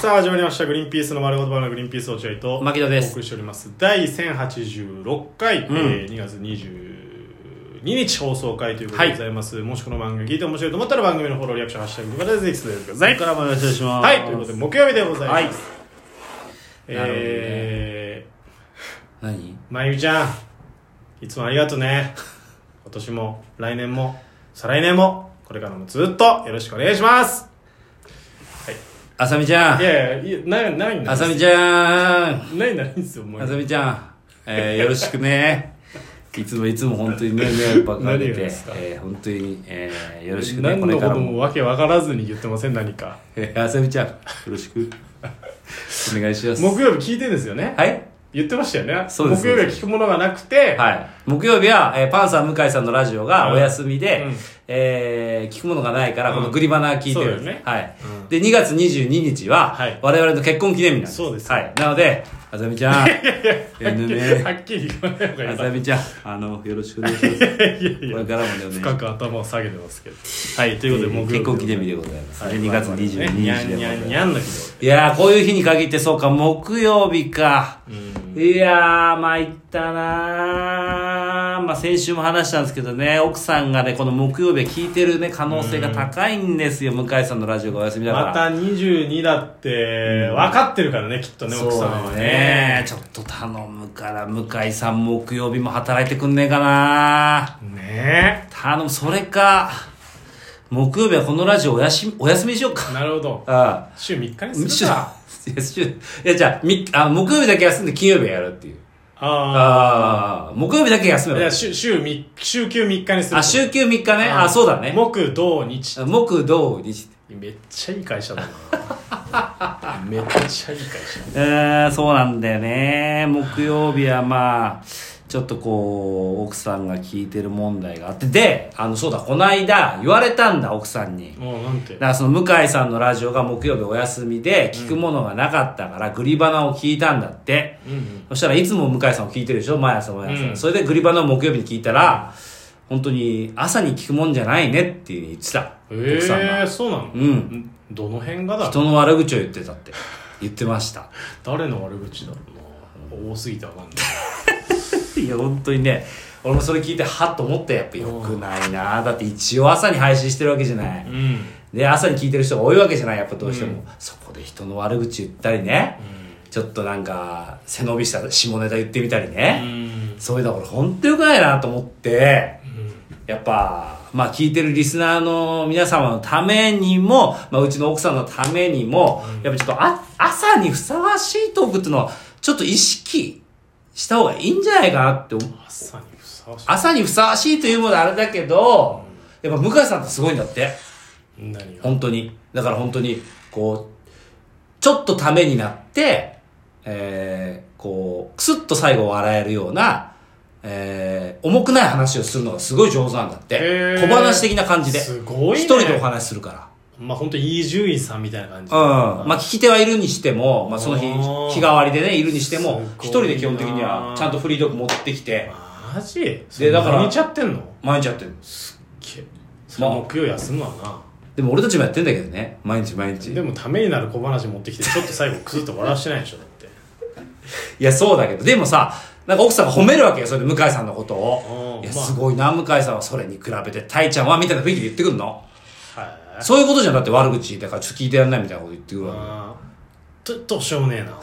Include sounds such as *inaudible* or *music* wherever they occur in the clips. さあ始まりました「グリーンピースの丸ごとバナナグリーンピース落合」と牧野ですお送りしております第1086回、うんえー2月22日放送回ということでございます、もしこの番組聞いて面白いと思ったら番組のフォローリアクション「ハッシュタググバでぜひつぶやいてください」からもよろしくお願いしますはいということで木曜日でございます、はいえー、何まゆみちゃんいつもありがとね今年も来年も再来年もこれからもずっとよろしくお願いしますあさみちゃいんやいやいやないないんだあさみちゃんないないんですよもうあさみちゃん、えー、よろしくねいつもいつも本当にね迷惑かけ何てがですかえー、本当に、えー、よろしくね何これのこからとももわけわからずに言ってません何かえーあさみちゃんよろしくお願いします木曜日聞いてんですよね、はい言ってましたよねそうです木曜日は聞くものがなくて、はい。木曜日は、えーパンサー向井さんのラジオがうんお休みで、うんえー聞くものがないから、うんこのグリバナー聞いてるんそうです、だよねはい、うんで、2月22日は、はい我々の結婚記念日なんです。そうですはい。なので、あざみちゃん、えぬはね、っきり言わない方がいあいざなみちゃん、あの、よろしくお願いします。こいやいやれからもね、お願深いしく頭を下げてますけどはいといとうことで木曜日結婚記念日でございます。はい2月22日でごにざゃいんにゃんにます。ゃんの日でいやー、こういう日に限って、そうか、木曜日か。うんいやー、参ったなー。まあ、先週も話したんですけどね、奥さんがね、この木曜日は聞いてるね、可能性が高いんですよ、向井さんのラジオがお休みだから。また22だって分かってるからねきっとねそ奥さんうはねね。ちょっと頼むから、向井さん木曜日も働いてくんねえかなね頼む、それか、木曜日はこのラジオおやしお休みしようか。えなるほどああ。週3日にす週るいかや週 *laughs* いや、じゃあ、みあ木曜日だけ休んで金曜日はやるっていう。あああ、木曜日だけ休めあいばいやい週週み週休3日にするあ、週休3日ね。うんあ、そうだね。木土日木、土、日。めっちゃいい会社だ *laughs* なめっちゃいい会社えー、そうなんだよね。木曜日はまあ、ちょっとこう、奥さんが聞いてる問題があって、で、あの、そうだ、この間、言われたんだ、奥さんに。もうなんてだからその向井さんのラジオが木曜日お休みで、聞くものがなかったから、グリバナを聞いたんだって。うんうんそしたらいつも向井さんを聞いてるでしょ毎朝毎朝、うんそれでグリバナを木曜日に聞いたら、本当に朝に聞くもんじゃないねって言ってた。え奥さんが。えそうなのうんどの辺がだ人の悪口を言ってたって言ってました誰の悪口だろうな多すぎてわかんないいや本当にね俺もそれ聞いてはっと思ってやっぱよくないなだって一応朝に配信してるわけじゃない、うんうんで朝に聞いてる人が多いわけじゃないやっぱどうしても、そこで人の悪口言ったりね、ちょっとなんか背伸びした下ネタ言ってみたりうね、んそういうの俺本当よくないなと思ってうんやっぱ、まあ聞いてるリスナーの皆様のためにも、まあうちの奥さんのためにも、やっぱちょっとあ朝にふさわしいトークっていうのをちょっと意識した方がいいんじゃないかなって思う。朝にふさわしい朝にふさわしいというものはあれだけど、やっぱ向井さんってすごいんだって。何が本当に。だから本当に、こう、ちょっとためになって、えー、こう、クスッと最後笑えるような、えー、重くない話をするのがすごい上手なんだってへ。ー小話的な感じで。すごいね一人でお話しするから。まあ本当に伊集院さんみたいな感じうん。まあ、聞き手はいるにしても、まあ、その日あー、日替わりでね、いるにしてすごいもな、一人で基本的には、ちゃんとフリードーク持ってきて、マジでだから何ちゃってんの毎日やってる。けそれ木曜休むわなでも俺たちもやってんだけどね、毎日毎日。でもためになる小話持ってきてちょっと最後クスッと笑わしてないでしょだっていや、そうだけど、でもさ、なんか奥さんが褒めるわけよ、それで向井さんのことう。をんいや、まあすごいな、向井さんはそれに比べて、タイちゃんは、みたいな雰囲気で言ってくんの。はいそういうことじゃなくて悪口、だからちょっと聞いてやんないみたいなこと言ってくるわあーどどうしようもねえな本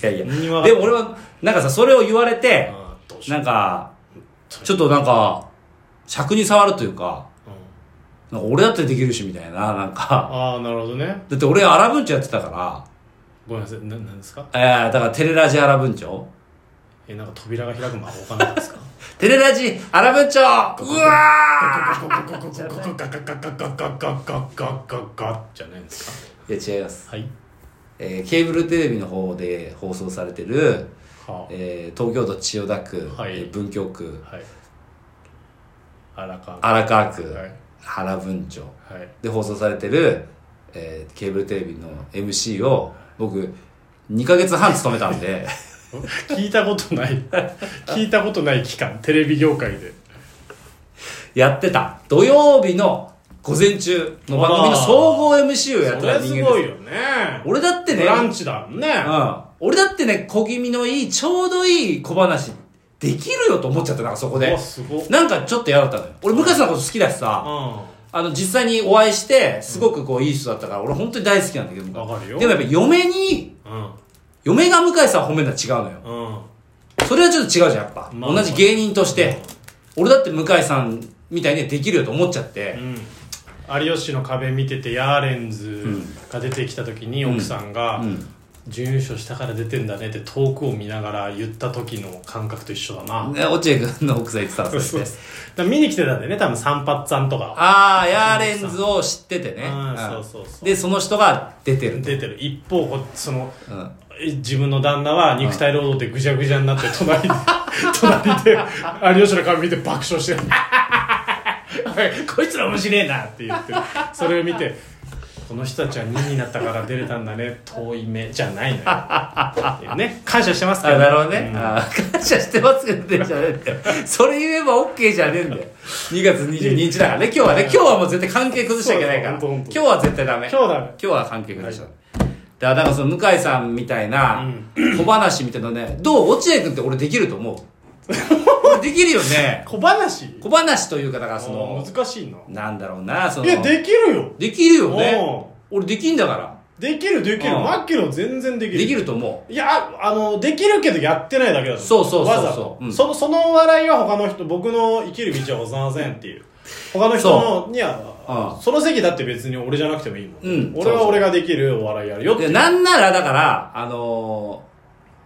け。いやいや。何でにもも分かんない俺は、なんかさ、それを言われて当に、あーどうしよなんか、うちょっとなんか、尺に触るというか、うんなんか俺だってできるし、みたいな、なんか。ああなるほどねだって俺アラブンチョやってたか、ごめんなさいななんですからえー、だからテレラジアラブンチョえなんか扉が開く魔法かなんですかテレラジアラブンチョうわガガガガガガガガガガガガガガガガじゃないんですーいや、違います。かはいえーケーブルテレビの方で放送されてる、はえー東京都千代田区、はいえー文京区あはい荒川荒川区、はい原文町はいで放送されてる、えーケーブルテレビの MC を僕2ヶ月半勤めた *laughs* んで聞いたことない聞いたことない期間テレビ業界でやってた土曜日の午前中の番組の総合 MC をやってそたれ人す間ごでいす。よね俺だってね、ブランチだもんねうん。俺だってね、小気味のいい、ちょうどいい小話、できるよと思っちゃった、なんかそこうでわ。すごっなんかちょっと嫌だったのよ。俺、昔のこと好きだしさ、うあの、実際にお会いして、すごくこう、いい人だったから、俺本当に大好きなんだけど、昔わかるよでもやっぱ嫁に、ん嫁が向井さんを褒めるのは違うのよ。うんうんそれはちょっと違うじゃん、やっぱ。まあ同じ芸人として、俺だって向井さんみたいにはできるよと思っちゃって、うん有吉の壁見ててヤーレンズが出てきた時に奥さんがうん「準優勝したから出てんだね」って遠くを見ながら言った時の感覚と一緒だなね落合君の奥さん言ってたんそうですそうねだから見に来てたんだよね多分三八さんとかああ、ヤーレンズを知っててね。うんんそうそうそうで、その人が出てる。出てる一方こそのうん自分の旦那は肉体労働でぐじゃぐじゃになって隣で隣で有吉の顔見て爆笑してるおいこいつら面白えなって言ってるそれを見てこの人たちは2になったから出れたんだね遠い目じゃないのよ、ね、感謝してますけあ、どなるほどね。うんあー感謝してますけどね、じゃねえんだよ。それ言えば OK じゃねえんだよ。2月22日だからね、今日はね、今日はもう絶対関係崩しちゃいけないから。そうそう今本当本日当は絶対ダメ。今日だね今日は関係崩しちゃう。だから、なんかその向井さんみたいな小話みたいなのね、どう落合君って俺できる *laughs* と思う。俺できるよね。小話小話というか、だからそあの、ー難しいななんだろうな、その、いやできるよできるよねお。俺できんだから。できるできるうんマッキーの全然できるできると思いや、あの、できるけどやってないだけだとそうそうそうそうわざと、うんその、その笑いは他の人、僕の生きる道はございませんっていう。他の人の、には、うんその席だって別に俺じゃなくてもいいもん。うん俺そうはそう俺ができるお笑いやるよっう。ていで、う。なんなら、だから、あのー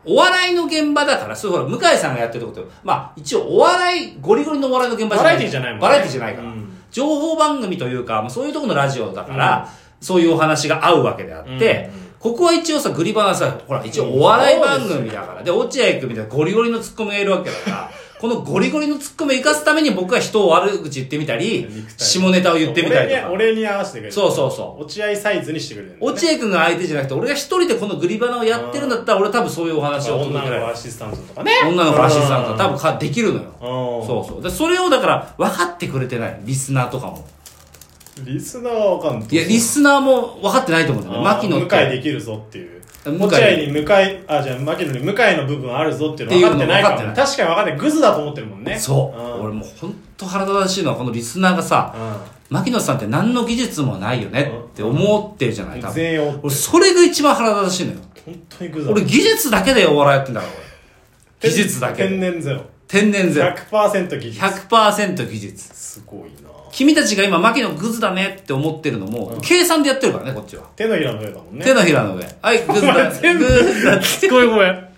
お笑いの現場だから、そうほら、向井さんがやってるってこと、まあ、一応、お笑い、ゴリゴリのお笑いの現場バラエティじゃないもんねバラエティじゃないから。うん情報番組というか、まあ、そういうところのラジオだから、そういうお話が合うわけであって、うんうんここは一応さ、グリバナさ、ほら、一応お笑い番組だから、で、落合君みたいなゴリゴリのツッコミがいるわけだ *laughs* から、このゴリゴリのツッコミを生かすために僕は人を悪口言ってみたり肉、体下ネタを言ってみたりとか。俺に俺に合わせてくれる。そうそうそう。落合サイズにしてくれるんだよね、落合君が相手じゃなくて、俺が一人でこのグリバナをやってるんだったら、俺多分そういうお話を女届の子けられのる。アシスタントとかね。女の子らしいさんとうん多分かできるのよ。そそうそう。で、それをだから分かってくれてない。リスナーとかも。うん。リスナーはわかんない。いや、リスナーも分かってないと思うんだよね。あ牧ー野向っ井て。できるぞっていう向井落合に向かいあじゃあ牧野に向かいの部分あるぞっていうの分かってないからっていうの分かってな確かに分かってないグズだと思ってるもんねそう。ん俺もうほんと腹立たしいのは、このリスナーがさ、牧野さんって何の技術もないよねって思ってるじゃなうい、ん多分。全員お俺、それが一番腹立たしいのよ。本当にグズだ俺、技術だけでお笑いやってんだから、俺。天技術だけ天で。然ゼロ天然ゼロ。 100%技術100%技術。すごいな君たちが今、牧野グズだねって思ってるのも、計算でやってるからね、こっちは。手のひらの上だもんね手のひらの上。はい、グズだ。*laughs* グ全部ズだ。ごめんごめん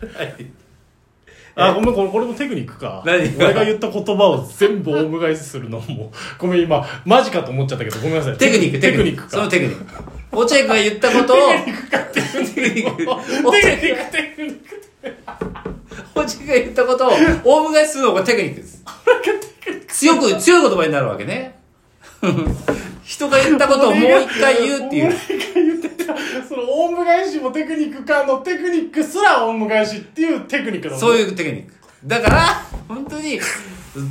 あごめんこれこれもテクニックか何俺が言った言葉を全部オウム返しするのもごめん今マジかと思っちゃったけどごめんなさいテクニック、テクニックそのかテクニック。落合君が言ったことを、テクニック、テクニックテクニック落合君が言ったことを、オウム返しするのがテクニックです。強く、強い言葉になるわけね。 *laughs* 人が言ったことをもう一回言うっていう。そのオウム返しもテクニックかのテクニックすらオウム返しっていうテクニックだもんそうういうテクニック。だから、本当に、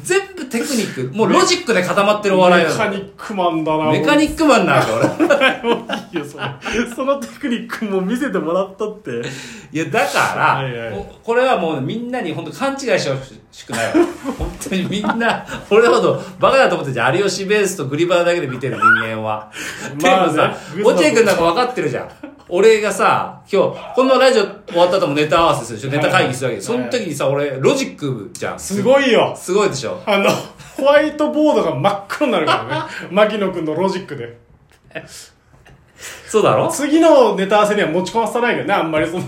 全部テクニック。もうロジックで固まってるお笑いメなカのニックマンだなメカニックマンなんだ、*laughs* 俺。クもういいよそれそのテクニックも見せてもらったっていや、だから、はいはいおこれはもうみんなに本当勘違いしてほしくないわ。本当にみんな、俺ほどバカだと思ってじゃん。有吉ベースとグリバーだけで見てる人間は。まあねでもさ、グズの落合くんなんか分かってるじゃん。俺がさ、今日、このラジオ終わった後もネタ合わせするでしょ。ネタ会議するわけでその時にさ、俺、ロジックじゃん。すごいよすごいでしょ。あのホワイトボードが真っ黒になるからね牧野君のロジックでそうだろ次のネタ合わせには持ち込まさないけどねあんまりそ *laughs* の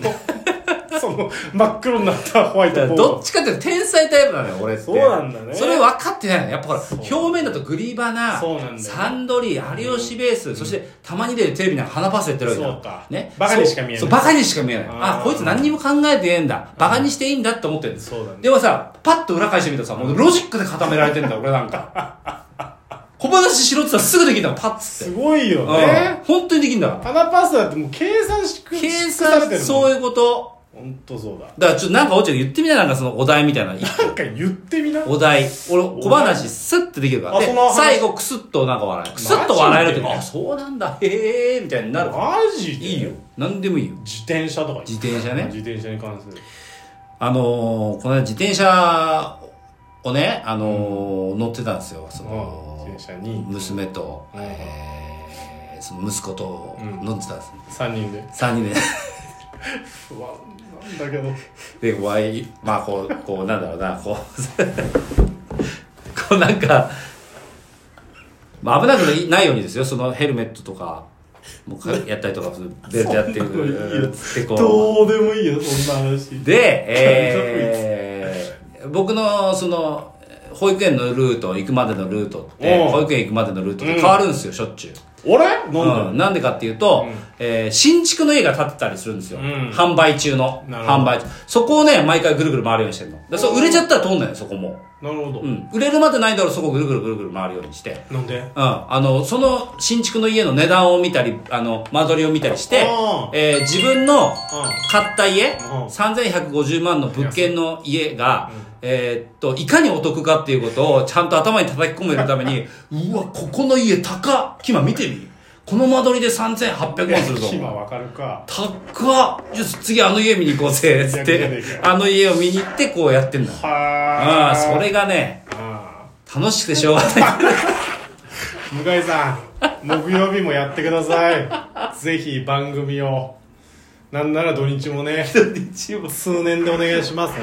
その真っ黒になったホワイトだかボらーどっドちかっていうと天才タイプなのよ、俺って。そうなんだねそれ分かってないの。やっぱほら、表面だとグリバナそうなんだ、よサンドリー、有吉ベース、そしてたまに出るテレビには花パスやってるわけだそうかね。バカにしか見えないそう、そうバカにしか見えない。ああーこいつ何にも考えてねえんだ。バカにしていいんだって思ってるんですそうだねでもさ、パッと裏返してみたらさ、もうロジックで固められてんだ、俺なんか。 *laughs* 小話しろって言ったらすぐできたの、パッつっすて。ごいようんね本当にできんだから。花パスだってもう計算しく計尽くされてる算、もんそういうこと。本当そうだだからちょっとなんか落合言ってみたいなんかそのお題みたいな。なんか言ってみなお題。俺、小話スッてできるから。あでその話、最後クスッとなんか笑える。クスッと笑えるって、マジであ、そうなんだ、へえーみたいになるから。マジでいいよ。何でもいいよ。自転車とか自転車ね自転車に関するあのー、この間自転車をね、あのー乗ってたんですよ。そうんの自転、車に娘と、うんえーその息子とうん乗ってたんです。 3人で3人で。不安なんだけどで、こうあい、まあ、こう、こう、なんだろう *laughs* な、こう、こうなんか、まあ、危なくないようにですよ、そのヘルメットとか、もうかやったりとか、そのベルトやってそんなのいいよる、つってこどうでもいいよそんな話う。で、え *laughs* ー、僕の、その、保育園のルート、行くまでのルートって、うん保育園行くまでのルートって変わるんですよ、しょっちゅう。俺なんで、うん、なんでかっていうと、うんえー新築の家が建ってたりするんですよ。うん販売中の。なるほど販売中。そこをね、毎回ぐるぐる回るようにしてるの。でそう売れちゃったら通んないよ、そこも。なるほど、うん。売れるまでないだろう、そこぐるぐるぐるぐる回るようにして。なんでうん。あの、その新築の家の値段を見たり、あの、間取りを見たりしてあー、えー自分のん買った家、ん3150万の物件の家が安いうん、えーっと、いかにお得かっていうことをちゃんと頭に叩き込めるために、うわ、ここの家高っ今見てみこの間取りで3800万するぞ。 *laughs* 今わかるか高っよし、次あの家見に行こうぜついやいやっていやい、やあの家を見に行ってこうやってんだ。はああ、それがね、あ楽しくてしょうがな *laughs* い。ー向井さん木曜日もやってくだ *laughs* さいぜひ番組をなんなら *laughs* 土日もね日曜数年でお願いします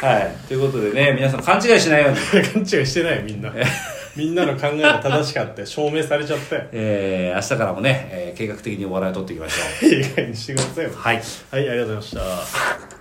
本はい。ということでね、皆さん勘違いしないように。当に勘違いしてないよみんなみんなの考えが正しかったよ証明されちゃったよえー、明日からもね、えー計画的にお笑いを取っていきましょいい加減にしてくださいよう。はい。はいありがとうございました